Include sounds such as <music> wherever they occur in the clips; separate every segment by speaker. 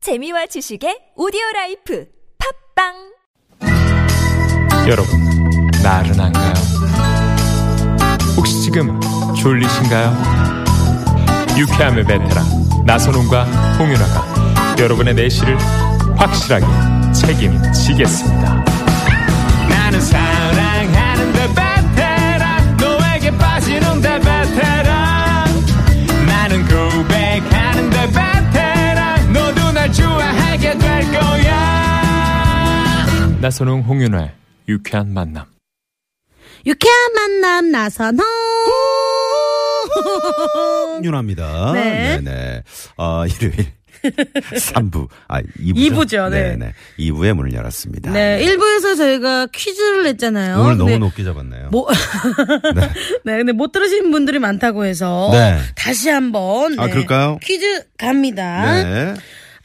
Speaker 1: 재미와 지식의 오디오 라이프 팝빵
Speaker 2: 여러분, 나른한가요? 혹시 지금 졸리신가요? 유쾌함의 베테랑 나선홍과 홍윤아가 여러분의 내실을 확실하게 책임지겠습니다. 나는 사랑하는데 베테랑 너에게 빠지는데 베테랑 나는 고백하는데 베테랑 너도 날 좋아하게 될 거야. 나선홍 홍윤아의 유쾌한 만남.
Speaker 3: 유쾌한 만남
Speaker 4: <laughs>
Speaker 3: 나선홍.
Speaker 4: 윤화입니다.
Speaker 3: 네.
Speaker 4: 네 어,
Speaker 3: <laughs>
Speaker 4: 일요일. 3부. 아, 2부죠.
Speaker 3: 이부죠, 네.
Speaker 4: 네네. 2부의 문을 열었습니다.
Speaker 3: 네, 1부에서 저희가 퀴즈를 냈잖아요.
Speaker 4: 오늘 너무
Speaker 3: 근데
Speaker 4: 높게 잡았네요. <laughs>
Speaker 3: 뭐, <laughs> 네, 근데 못 들으신 분들이 많다고 해서
Speaker 4: 네.
Speaker 3: 다시 한번
Speaker 4: 아,
Speaker 3: 네,
Speaker 4: 그럴까요?
Speaker 3: 퀴즈 갑니다.
Speaker 4: 네.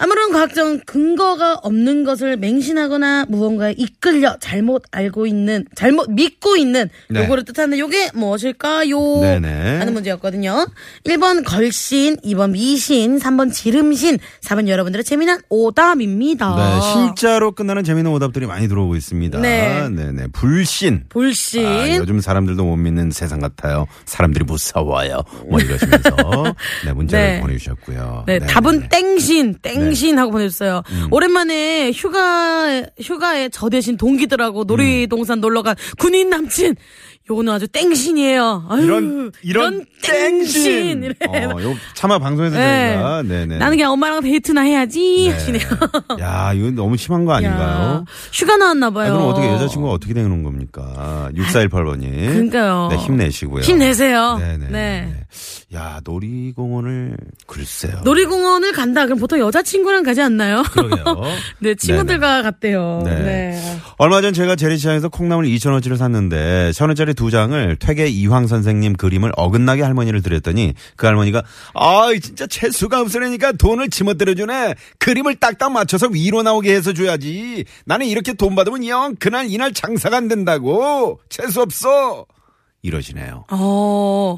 Speaker 3: 아무런 각종 근거가 없는 것을 맹신하거나 무언가에 이끌려 잘못 알고 있는, 잘못 믿고 있는
Speaker 4: 네.
Speaker 3: 요거를 뜻하는데 요게 무엇일까요?
Speaker 4: 네네.
Speaker 3: 하는 문제였거든요. 1번 걸신, 2번 미신, 3번 지름신, 4번 여러분들의 재미난 오답입니다.
Speaker 4: 네, 진짜로 끝나는 재미있는 오답들이 많이 들어오고 있습니다.
Speaker 3: 아. 네.
Speaker 4: 네네. 불신.
Speaker 3: 볼신.
Speaker 4: 아, 요즘 사람들도 못 믿는 세상 같아요. 사람들이 무서워요.
Speaker 3: <laughs>
Speaker 4: 뭐 이러시면서 네, 문제를
Speaker 3: 네.
Speaker 4: 보내주셨고요.
Speaker 3: 네, 답은 땡신, 땡신
Speaker 4: 네.
Speaker 3: 하고 보내주어요
Speaker 4: 음.
Speaker 3: 오랜만에 휴가, 휴가에 저 대신
Speaker 4: 음.
Speaker 3: 동기들하고 놀이동산 놀러간 군인 남친. 요거는 아주 땡신이에요. 아유,
Speaker 4: 이런 이런 땡신.
Speaker 3: 이래.
Speaker 4: 어, 요 차마 방송에서
Speaker 3: 네.
Speaker 4: 저희가 네네.
Speaker 3: 나는 그냥 엄마랑 데이트나 해야지 하시네요.
Speaker 4: <laughs> 야, 이거 너무 심한 거 아닌가요?
Speaker 3: 야, 휴가 나왔나봐요. 아,
Speaker 4: 아, 그럼 어떻게 여자친구가 어떻게 되는 겁니까? 6418번님.
Speaker 3: 그러니까요.
Speaker 4: 네, 힘내시고요.
Speaker 3: 힘내세요.
Speaker 4: 네네.
Speaker 3: 네.
Speaker 4: 야, 놀이공원을 글쎄요.
Speaker 3: 놀이공원을 간다. 그럼 보통 여자친구랑 가지 않나요?
Speaker 4: 그러게요.
Speaker 3: <laughs> 네, 친구들과 갔대요.
Speaker 4: 네.
Speaker 3: 네.
Speaker 4: 얼마 전 제가 재래시장에서 콩나물 2,000원어치를 샀는데, 1,000원짜리 두 장을 퇴계 이황 선생님 그림을 어긋나게 할머니를 드렸더니, 그 할머니가, 아이, 진짜 재수가 없으니까 돈을 지멋대로주네. 그림을 딱딱 맞춰서 위로 나오게 해서 줘야지. 나는 이렇게 돈 받으면 영, 그날 이날 장사가 안 된다고. 재수 없어. 이러시네요.
Speaker 3: 어,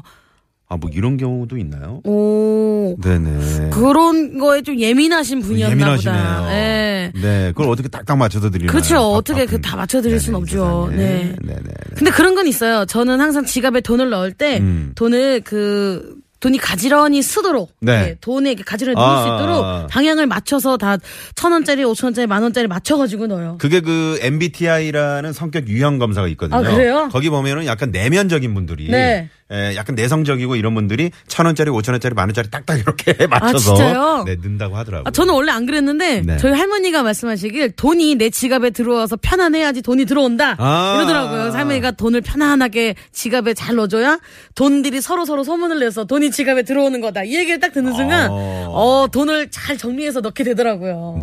Speaker 4: 아, 뭐 이런 경우도 있나요?
Speaker 3: 오.
Speaker 4: 네네. 어,
Speaker 3: 그런 거에 좀 예민하신 분이었나
Speaker 4: 예민하시네요.
Speaker 3: 보다. 예.
Speaker 4: 네, 그걸 어떻게 딱딱 맞춰서 드리나요?
Speaker 3: 그렇죠.
Speaker 4: 밥-
Speaker 3: 어떻게
Speaker 4: 바쁜-
Speaker 3: 그다 맞춰드릴 순
Speaker 4: 네네,
Speaker 3: 없죠.
Speaker 4: 세상에.
Speaker 3: 네.
Speaker 4: 네네. 네.
Speaker 3: 근데 그런 건 있어요. 저는 항상 지갑에 돈을 넣을 때
Speaker 4: 음.
Speaker 3: 돈을 그 돈이 가지런히 쓰도록
Speaker 4: 네.
Speaker 3: 예, 돈에 이렇게 가지런히
Speaker 4: 아,
Speaker 3: 넣을 수 있도록
Speaker 4: 아, 아.
Speaker 3: 방향을 맞춰서 다 천 원짜리, 오천 원짜리, 만 원짜리 맞춰가지고 넣어요.
Speaker 4: 그게 그 MBTI라는 성격 유형 검사가 있거든요.
Speaker 3: 아, 그래요?
Speaker 4: 거기 보면은 약간 내면적인 분들이
Speaker 3: 네.
Speaker 4: 에, 약간 내성적이고 이런 분들이 천 원짜리, 오천 원짜리, 만 원짜리 딱딱 이렇게 <laughs> 맞춰서
Speaker 3: 아, 진짜요?
Speaker 4: 네, 는다고 하더라고요.
Speaker 3: 아, 저는 원래 안 그랬는데
Speaker 4: 네.
Speaker 3: 저희 할머니가 말씀하시길 돈이 내 지갑에 들어와서 편안해야지 돈이 들어온다
Speaker 4: 아.
Speaker 3: 이러더라고요. 그래서 할머니가 돈을 편안하게 지갑에 잘 넣어줘야 돈들이 서로 서로 소문을 내서 돈이 지갑에 들어오는 거다 이 얘기를 딱 듣는 순간
Speaker 4: 어. 네.
Speaker 3: 어 돈을 잘 정리해서 넣게 되더라고요.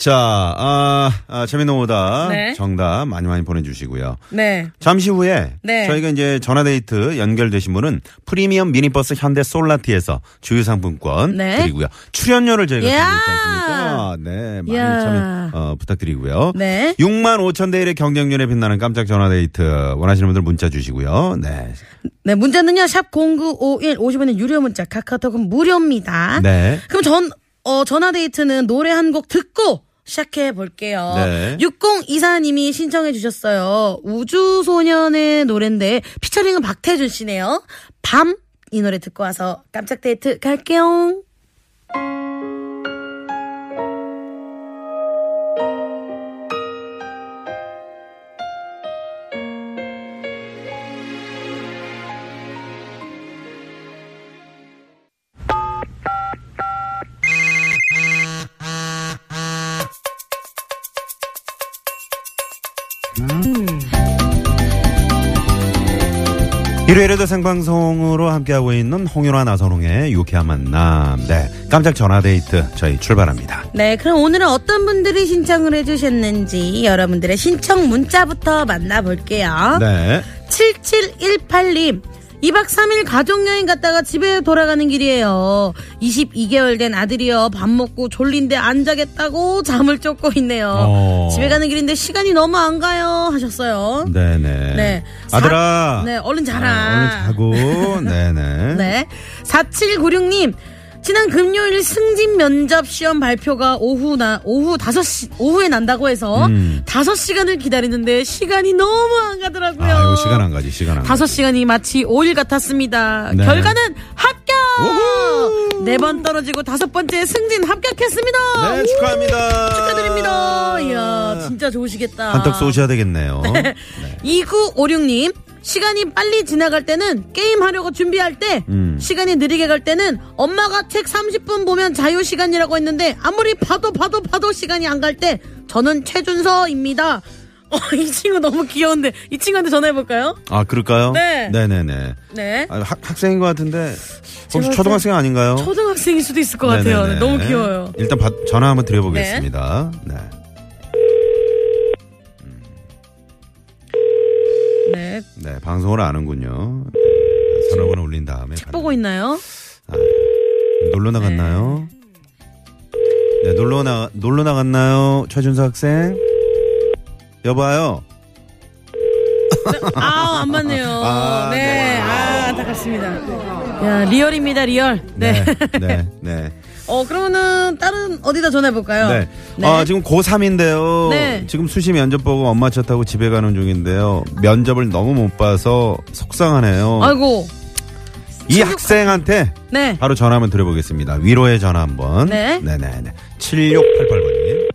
Speaker 4: 자, 아, 아 재미있는 오다
Speaker 3: 네.
Speaker 4: 정답 많이 많이 보내주시고요.
Speaker 3: 네.
Speaker 4: 잠시 후에
Speaker 3: 네.
Speaker 4: 저희가 이제 전화데이트 연결되신 분은 프리미엄 미니버스 현대 솔라티에서 주유상품권
Speaker 3: 네.
Speaker 4: 드리고요. 출연료를 저희가 드리지
Speaker 3: 야.
Speaker 4: 않습니까? 네, 많이
Speaker 3: 야.
Speaker 4: 참여 어, 부탁드리고요.
Speaker 3: 네.
Speaker 4: 6만 5천 대 1의 경쟁률에 빛나는 깜짝 전화데이트 원하시는 분들 문자 주시고요. 네.
Speaker 3: 네, 문제는요, 샵0951 50원의 유료 문자, 카카오톡은 무료입니다.
Speaker 4: 네.
Speaker 3: 그럼 전, 어, 전화데이트는 노래 한 곡 듣고 시작해 볼게요.
Speaker 4: 네.
Speaker 3: 6024님이 신청해 주셨어요. 우주소년의 노래인데, 피처링은 박태준 씨네요. 밤, 이 노래 듣고 와서 깜짝 데이트 갈게요.
Speaker 4: 일요일에도 생방송으로 함께하고 있는 홍윤아 나선홍의 유쾌한 만남. 네. 깜짝 전화데이트 저희 출발합니다.
Speaker 3: 네, 그럼 오늘은 어떤 분들이 신청을 해주셨는지 여러분들의 신청 문자부터 만나볼게요.
Speaker 4: 네.
Speaker 3: 7718님. 2박 3일 가족여행 갔다가 집에 돌아가는 길이에요. 22개월 된 아들이요. 밥 먹고 졸린데 안 자겠다고 잠을 쫓고 있네요.
Speaker 4: 어.
Speaker 3: 집에 가는 길인데 시간이 너무 안 가요. 하셨어요.
Speaker 4: 네네.
Speaker 3: 네.
Speaker 4: 아들아.
Speaker 3: 네, 얼른 자라. <laughs>
Speaker 4: 아, 얼른 자고. 네네.
Speaker 3: 네. 4796님. 지난 금요일 승진 면접 시험 발표가 오후 나 오후 5시 오후에 난다고 해서
Speaker 4: 음.
Speaker 3: 다섯 5시간을 기다리는데 시간이 너무 안 가더라고요.
Speaker 4: 아, 이거 시간 안 가지, 시간 안 가지.
Speaker 3: 다섯 시간이 마치 5일 같았습니다.
Speaker 4: 네.
Speaker 3: 결과는 합격! 네 번 떨어지고 다섯 번째 승진 합격했습니다.
Speaker 4: 네,
Speaker 3: 우!
Speaker 4: 축하합니다.
Speaker 3: <laughs> 축하드립니다. 이야, 진짜 좋으시겠다.
Speaker 4: 한턱 쏘셔야 되겠네요.
Speaker 3: 2956님. 시간이 빨리 지나갈 때는 게임하려고 준비할 때
Speaker 4: 음.
Speaker 3: 시간이 느리게 갈 때는 엄마가 책 30분 보면 자유시간이라고 했는데 아무리 봐도 봐도 봐도 시간이 안 갈 때 저는 최준서입니다. 어, 이 친구 너무 귀여운데 이 친구한테 전화해볼까요?
Speaker 4: 아, 그럴까요?
Speaker 3: 네.
Speaker 4: 네네네.
Speaker 3: 네.
Speaker 4: 아, 학, 학생인 것 같은데, 혹시
Speaker 3: 제가
Speaker 4: 초등학생 아닌가요?
Speaker 3: 초등학생일 수도 있을 것
Speaker 4: 어? 네네네.
Speaker 3: 같아요. 너무 귀여워요.
Speaker 4: 일단 받- 전화 한번 드려보겠습니다. 네.
Speaker 3: 네.
Speaker 4: 네, 방송을 아는군요. 네, 전화번호 올린 다음에.
Speaker 3: 보고 있나요?
Speaker 4: 가는- 놀러 나갔나요? 네, 놀러 나, 놀러 나갔나요? 최준서 학생? 여봐요.
Speaker 3: 아, 안 맞네요.
Speaker 4: <laughs> 아,
Speaker 3: 네.
Speaker 4: 네.
Speaker 3: 아, 안타깝습니다. 야, 리얼입니다, 리얼. 네.
Speaker 4: 네. 네.
Speaker 3: <laughs> 어, 그러면은 다른 어디다 전화해볼까요?
Speaker 4: 네. 아, 지금 고3인데요.
Speaker 3: 네.
Speaker 4: 지금 수시 면접 보고 엄마 차 타고 집에 가는 중인데요. 면접을 너무 못 봐서 속상하네요.
Speaker 3: 아이고.
Speaker 4: 이 학생한테
Speaker 3: 네.
Speaker 4: 바로 전화 한번 드려보겠습니다. 위로의 전화 한번.
Speaker 3: 네.
Speaker 4: 네네네. 7688번님.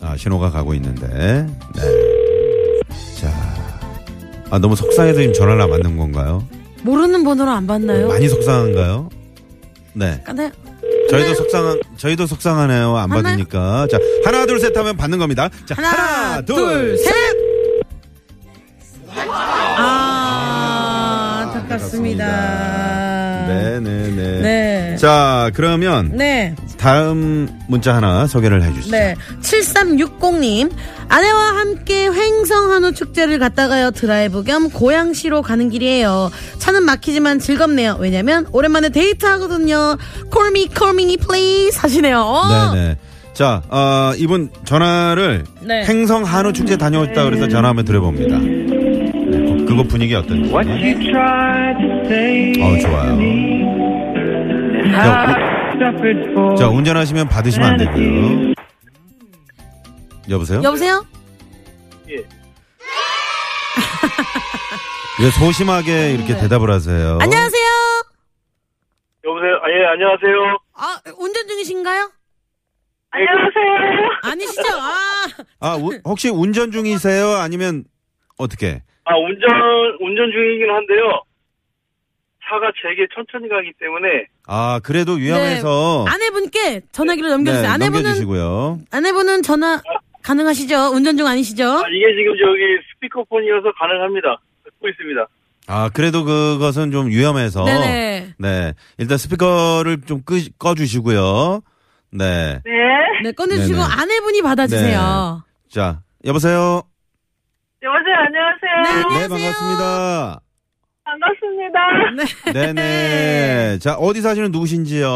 Speaker 4: 아, 신호가 가고 있는데. 네. 자. 아, 너무 속상해서 지금 전화를 안 받는 건가요?
Speaker 3: 모르는 번호로 안 받나요?
Speaker 4: 네, 많이 속상한가요? 네.
Speaker 3: 네.
Speaker 4: 저희도 속상한, 저희도 속상하네요. 안
Speaker 3: 하나?
Speaker 4: 받으니까. 자, 하나, 둘, 셋 하면 받는 겁니다. 자,
Speaker 3: 하나, 둘, 셋! 아, 안타깝습니다.
Speaker 4: 네네네.
Speaker 3: 네.
Speaker 4: 자, 그러면
Speaker 3: 네.
Speaker 4: 다음 문자 하나 소개를 해주시죠.
Speaker 3: 네. 7360님. 아내와 함께 횡성 한우 축제를 갔다가요. 드라이브 겸 고양시로 가는 길이에요. 차는 막히지만 즐겁네요. 왜냐면 오랜만에 데이트하거든요. Call me, call me, please. 하시네요. 어.
Speaker 4: 네네. 자, 어, 이분 전화를
Speaker 3: 네.
Speaker 4: 행성 한우 축제 다녀오셨다 그래서 전화 한번 드려봅니다. 네, 그거 분위기 어떤지.
Speaker 5: What you tried to say
Speaker 4: 어, 좋아요.
Speaker 5: to me, and
Speaker 4: 자, 우-
Speaker 5: I suffered for.
Speaker 4: 자, 운전하시면 받으시면 안 되고요. 여보세요?
Speaker 3: 여보세요?
Speaker 4: 왜 소심하게 이렇게 대답을
Speaker 3: 네.
Speaker 4: 하세요?
Speaker 3: 안녕하세요.
Speaker 6: 여보세요? 아, 예, 안녕하세요.
Speaker 3: 아, 운전 중이신가요?
Speaker 6: 안녕하세요.
Speaker 3: 아니시죠? 아,
Speaker 4: 아, 우- 혹시 운전 중이세요? 아니면 어떻게?
Speaker 6: 아, 운전, 운전 중이긴 한데요. 차가 제게 천천히 가기 때문에,
Speaker 4: 아, 그래도
Speaker 3: 네.
Speaker 4: 위험해서
Speaker 3: 아내분께 전화기를 넘겨주세요.
Speaker 4: 어. 네,
Speaker 3: 아내분은,
Speaker 4: 넘겨주시고요.
Speaker 3: 아내분은 전화 가능하시죠? 운전 중 아니시죠?
Speaker 6: 아, 이게 지금 저기 스피커폰이어서 가능합니다. 듣고 있습니다.
Speaker 4: 아, 그래도 그것은 좀 위험해서.
Speaker 3: 네네.
Speaker 4: 네. 일단 스피커를 좀 끄, 꺼주시고요. 네.
Speaker 6: 네.
Speaker 3: 네, 꺼내주시고
Speaker 4: 네네. 네.
Speaker 3: 아내분이 받아주세요.
Speaker 4: 자, 여보세요?
Speaker 6: 여보세요? 안녕하세요.
Speaker 4: 네, 반갑습니다.
Speaker 6: 반갑습니다.
Speaker 4: 네네. 자, 어디 사시는 누구신지요?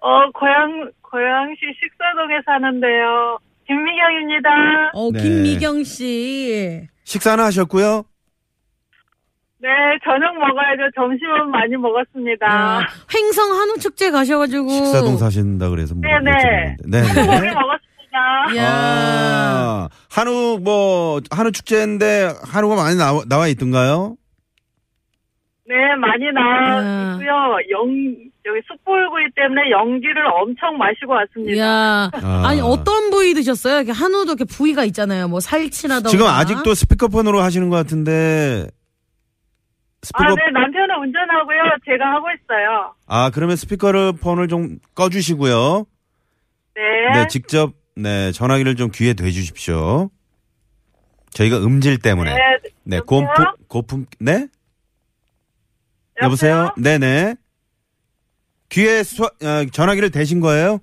Speaker 6: 어, 고양, 고양시 식사동에 사는데요. 김미경입니다.
Speaker 3: 어,
Speaker 4: 네.
Speaker 3: 김미경 씨.
Speaker 4: 식사는 하셨고요?
Speaker 6: 네, 저녁 먹어야죠. 점심은 많이 먹었습니다.
Speaker 3: 아, 횡성 한우 축제 가셔가지고.
Speaker 4: 식사동 사신다 그래서 뭐.
Speaker 6: 네네. <laughs>
Speaker 4: 네네.
Speaker 6: 먹었습니다.
Speaker 3: 이야.
Speaker 4: 아, 한우 뭐, 한우 축제인데 한우가 많이 나와, 나와 있던가요?
Speaker 6: 네, 많이
Speaker 3: 야.
Speaker 6: 나와 있고요.
Speaker 4: 네.
Speaker 6: 영, 여기 숯불구이 때문에 연기를 엄청 마시고 왔습니다.
Speaker 3: 이야.
Speaker 4: 아.
Speaker 3: 아니 어떤 부위 드셨어요? 이렇게 한우도 이렇게 부위가 있잖아요. 뭐 살치라던가. 어,
Speaker 4: 지금 아직도 스피커폰으로 하시는 것 같은데.
Speaker 6: 아,
Speaker 4: 스피커
Speaker 6: 네, 남편은 운전하고요. 제가 하고 있어요.
Speaker 4: 아, 그러면 스피커를 폰을 좀 꺼주시고요.
Speaker 6: 네.
Speaker 4: 네, 직접 네 전화기를 좀 귀에 대주십시오. 저희가 음질 때문에
Speaker 6: 네,
Speaker 4: 네 고품
Speaker 6: 여보세요?
Speaker 4: 고품 네 여보세요. 네네 귀에 수, 어, 전화기를 대신 거예요?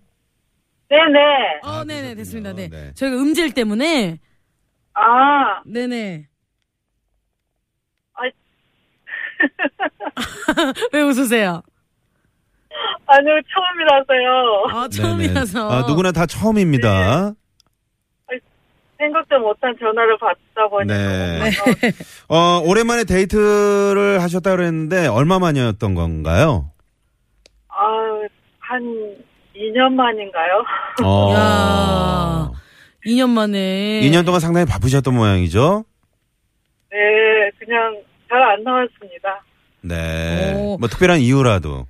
Speaker 6: 네네.
Speaker 3: 어, 네네 됐습니다. 네.
Speaker 4: 아, 네.
Speaker 3: 저희가 음질 때문에.
Speaker 6: 아,
Speaker 3: 네네.
Speaker 6: 아이.
Speaker 3: <laughs> 왜 웃으세요?
Speaker 6: 아니요, 처음이라서요.
Speaker 3: 아
Speaker 4: 네네.
Speaker 3: 처음이라서.
Speaker 4: 아, 누구나 다 처음입니다.
Speaker 7: 생각도 못한 전화를 받다 보니까
Speaker 4: 네.
Speaker 7: 뭔가
Speaker 4: 어, 오랜만에 데이트를 하셨다 그랬는데 얼마 만이었던 건가요?
Speaker 7: 아, 한 2년 만인가요? <laughs>
Speaker 4: 어.
Speaker 3: 야. 2년
Speaker 6: 네.
Speaker 3: 만에.
Speaker 4: 2년 동안 상당히 바쁘셨던 모양이죠?
Speaker 7: 네, 그냥 잘 안 나왔습니다.
Speaker 4: 네.
Speaker 3: 오.
Speaker 4: 뭐 특별한 이유라도.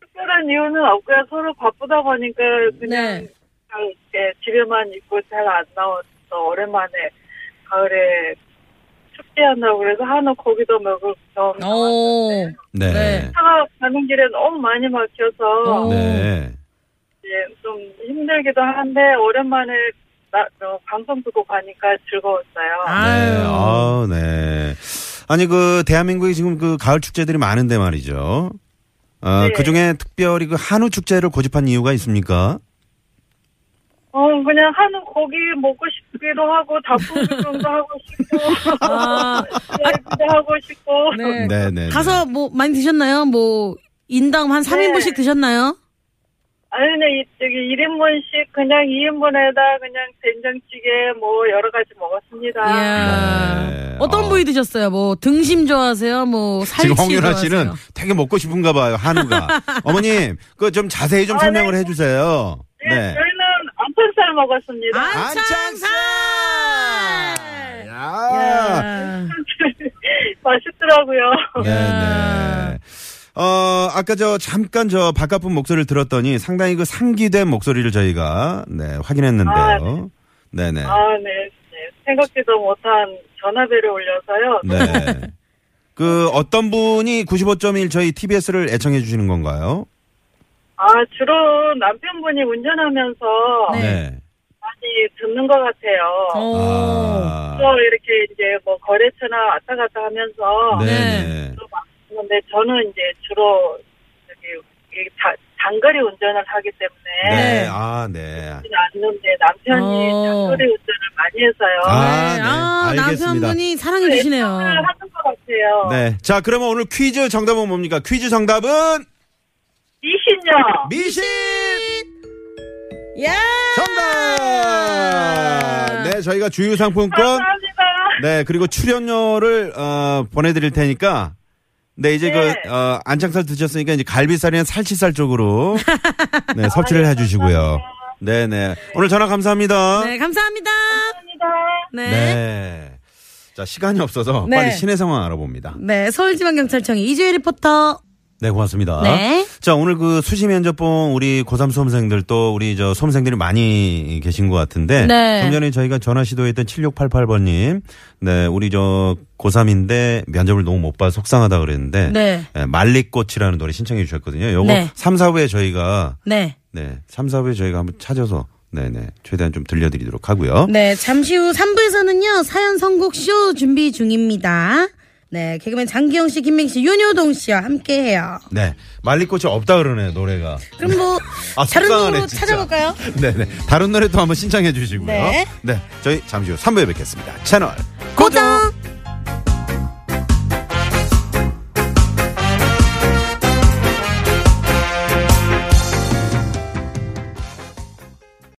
Speaker 7: 특별한 이유는 없고요. 서로 바쁘다 보니까 그냥
Speaker 3: 네.
Speaker 7: 잘 이렇게 집에만 있고 잘 안 나와서 오랜만에 가을에 춥게 한다고 그래서 한우 고기도 먹을 겸
Speaker 3: 어. 오.
Speaker 7: 나왔는데
Speaker 4: 네.
Speaker 3: 네.
Speaker 7: 차가 가는 길에 너무 많이 막혀서
Speaker 3: 어.
Speaker 4: 네.
Speaker 7: 예, 좀 힘들기도 한데 오랜만에 나, 어, 방송 듣고 가니까 즐거웠어요.
Speaker 4: 네.
Speaker 3: 아유.
Speaker 4: 아, 네. 아니 그 대한민국에 지금 그 가을 축제들이 많은데 말이죠. 아,
Speaker 7: 네.
Speaker 4: 그 중에 특별히 그 한우 축제를 고집한 이유가 있습니까?
Speaker 7: 어, 그냥 한우 고기 먹고 싶기도 하고 닭고기도 하고
Speaker 3: <laughs>
Speaker 7: 싶고 예,
Speaker 3: 아.
Speaker 7: 이야기도 하고 싶고
Speaker 3: 네.
Speaker 4: 네, 네.
Speaker 3: 가서 뭐 많이 드셨나요? 뭐 인당 한 3인분씩 드셨나요?
Speaker 7: 아니 그냥 이, 저기 1인분씩 그냥 2인분에다 그냥 된장찌개 뭐 여러 가지 먹었습니다.
Speaker 3: 예. 이야.
Speaker 4: 네.
Speaker 3: 어떤
Speaker 4: 어.
Speaker 3: 부위 드셨어요? 뭐 등심 좋아하세요? 뭐 살치
Speaker 4: 지금 홍윤아
Speaker 3: 좋아하세요?
Speaker 4: 씨는 되게 먹고 싶은가 봐요,
Speaker 3: <laughs>
Speaker 4: 한우가. 어머님, 그 좀 자세히 좀
Speaker 7: 아,
Speaker 4: 설명을
Speaker 7: 네.
Speaker 4: 해 주세요.
Speaker 3: 네,
Speaker 4: 네.
Speaker 7: 예, 저희는 안편살 먹었습니다.
Speaker 3: 아.
Speaker 4: 안창살! 야.
Speaker 3: 야.
Speaker 7: 맛있더라고요.
Speaker 4: 네, 네. 어, 아까 저 잠깐 저 바깥분 목소리를 들었더니 상당히 그 상기된 목소리를 저희가 네, 확인했는데요. 네, 네.
Speaker 7: 아, 네. 네. 생각지도 못한 전화벨을 올려서요.
Speaker 4: 네. 그 어떤 분이 95.1 저희 TBS를 애청해 주시는 건가요?
Speaker 7: 아, 주로 남편분이 운전하면서
Speaker 3: 네.
Speaker 7: 많이 듣는 것 같아요.
Speaker 3: 어.
Speaker 4: 아.
Speaker 7: 또 이렇게 이제 뭐 거래처나 왔다 갔다 하면서
Speaker 4: 네, 네.
Speaker 7: 주로 근데 저는 이제 주로 저기 이 다- 장거리 운전을 하기 때문에
Speaker 4: 네. 아, 네.
Speaker 7: 그렇지는 않는데 남편이
Speaker 3: 어.
Speaker 7: 장거리 운전을 많이 해서요.
Speaker 4: 아,
Speaker 3: 네.
Speaker 4: 네.
Speaker 3: 아,
Speaker 4: 알겠습니다.
Speaker 3: 남편분이 사랑해 주시네요.
Speaker 7: 애청을 하는 것 같아요.
Speaker 4: 네. 자, 그러면 오늘 퀴즈 정답은 뭡니까? 퀴즈 정답은
Speaker 7: 미신요.
Speaker 4: 미신!
Speaker 3: 야!
Speaker 4: 정답! 네, 저희가 주유 상품권
Speaker 7: 감사합니다.
Speaker 4: 네, 그리고 출연료를 어, 보내 드릴 테니까 네, 이제
Speaker 7: 네.
Speaker 4: 그 어, 안창살 드셨으니까 이제 갈비살이나 살치살 쪽으로
Speaker 3: <laughs>
Speaker 4: 네,
Speaker 3: 아,
Speaker 4: 섭취를 해 주시고요. 네, 네. 오늘 전화 감사합니다.
Speaker 3: 네, 감사합니다.
Speaker 7: 감사합니다.
Speaker 3: 네. 네.
Speaker 4: 네. 자, 시간이 없어서
Speaker 3: 네.
Speaker 4: 빨리 시내 상황 알아봅니다.
Speaker 3: 서울지방경찰청의 이주혜 리포터.
Speaker 4: 네, 고맙습니다.
Speaker 3: 네.
Speaker 4: 자, 오늘 그 수시 면접 본 우리 고3 수험생들 또 우리 저 수험생들이 많이 계신 것 같은데.
Speaker 3: 네.
Speaker 4: 좀 전에 저희가 전화 시도했던 7688번님. 네, 우리 저 고3인데 면접을 너무 못 봐 속상하다 그랬는데.
Speaker 3: 네.
Speaker 4: 예, 말리꽃이라는 노래 신청해 주셨거든요. 요거
Speaker 3: 네.
Speaker 4: 3, 4부에 저희가
Speaker 3: 네.
Speaker 4: 네, 3, 4부에 저희가 한번 찾아서 네네. 최대한 좀 들려드리도록 하고요.
Speaker 3: 네, 잠시 후 3부에서는요, 사연 선곡 쇼 준비 중입니다. 네, 개그맨 장기영 씨, 김민 씨, 윤효동 씨와 함께 해요.
Speaker 4: 네. 말리꽃이 없다 그러네, 노래가.
Speaker 3: 그럼 뭐,
Speaker 4: 아,
Speaker 3: 다른
Speaker 4: 속상하네,
Speaker 3: 곡으로
Speaker 4: 진짜.
Speaker 3: 찾아볼까요?
Speaker 4: 네네. 다른 노래 또 한번 신청해 주시고요.
Speaker 3: 네.
Speaker 4: 저희 잠시 후 3부에 뵙겠습니다. 채널
Speaker 3: 고정!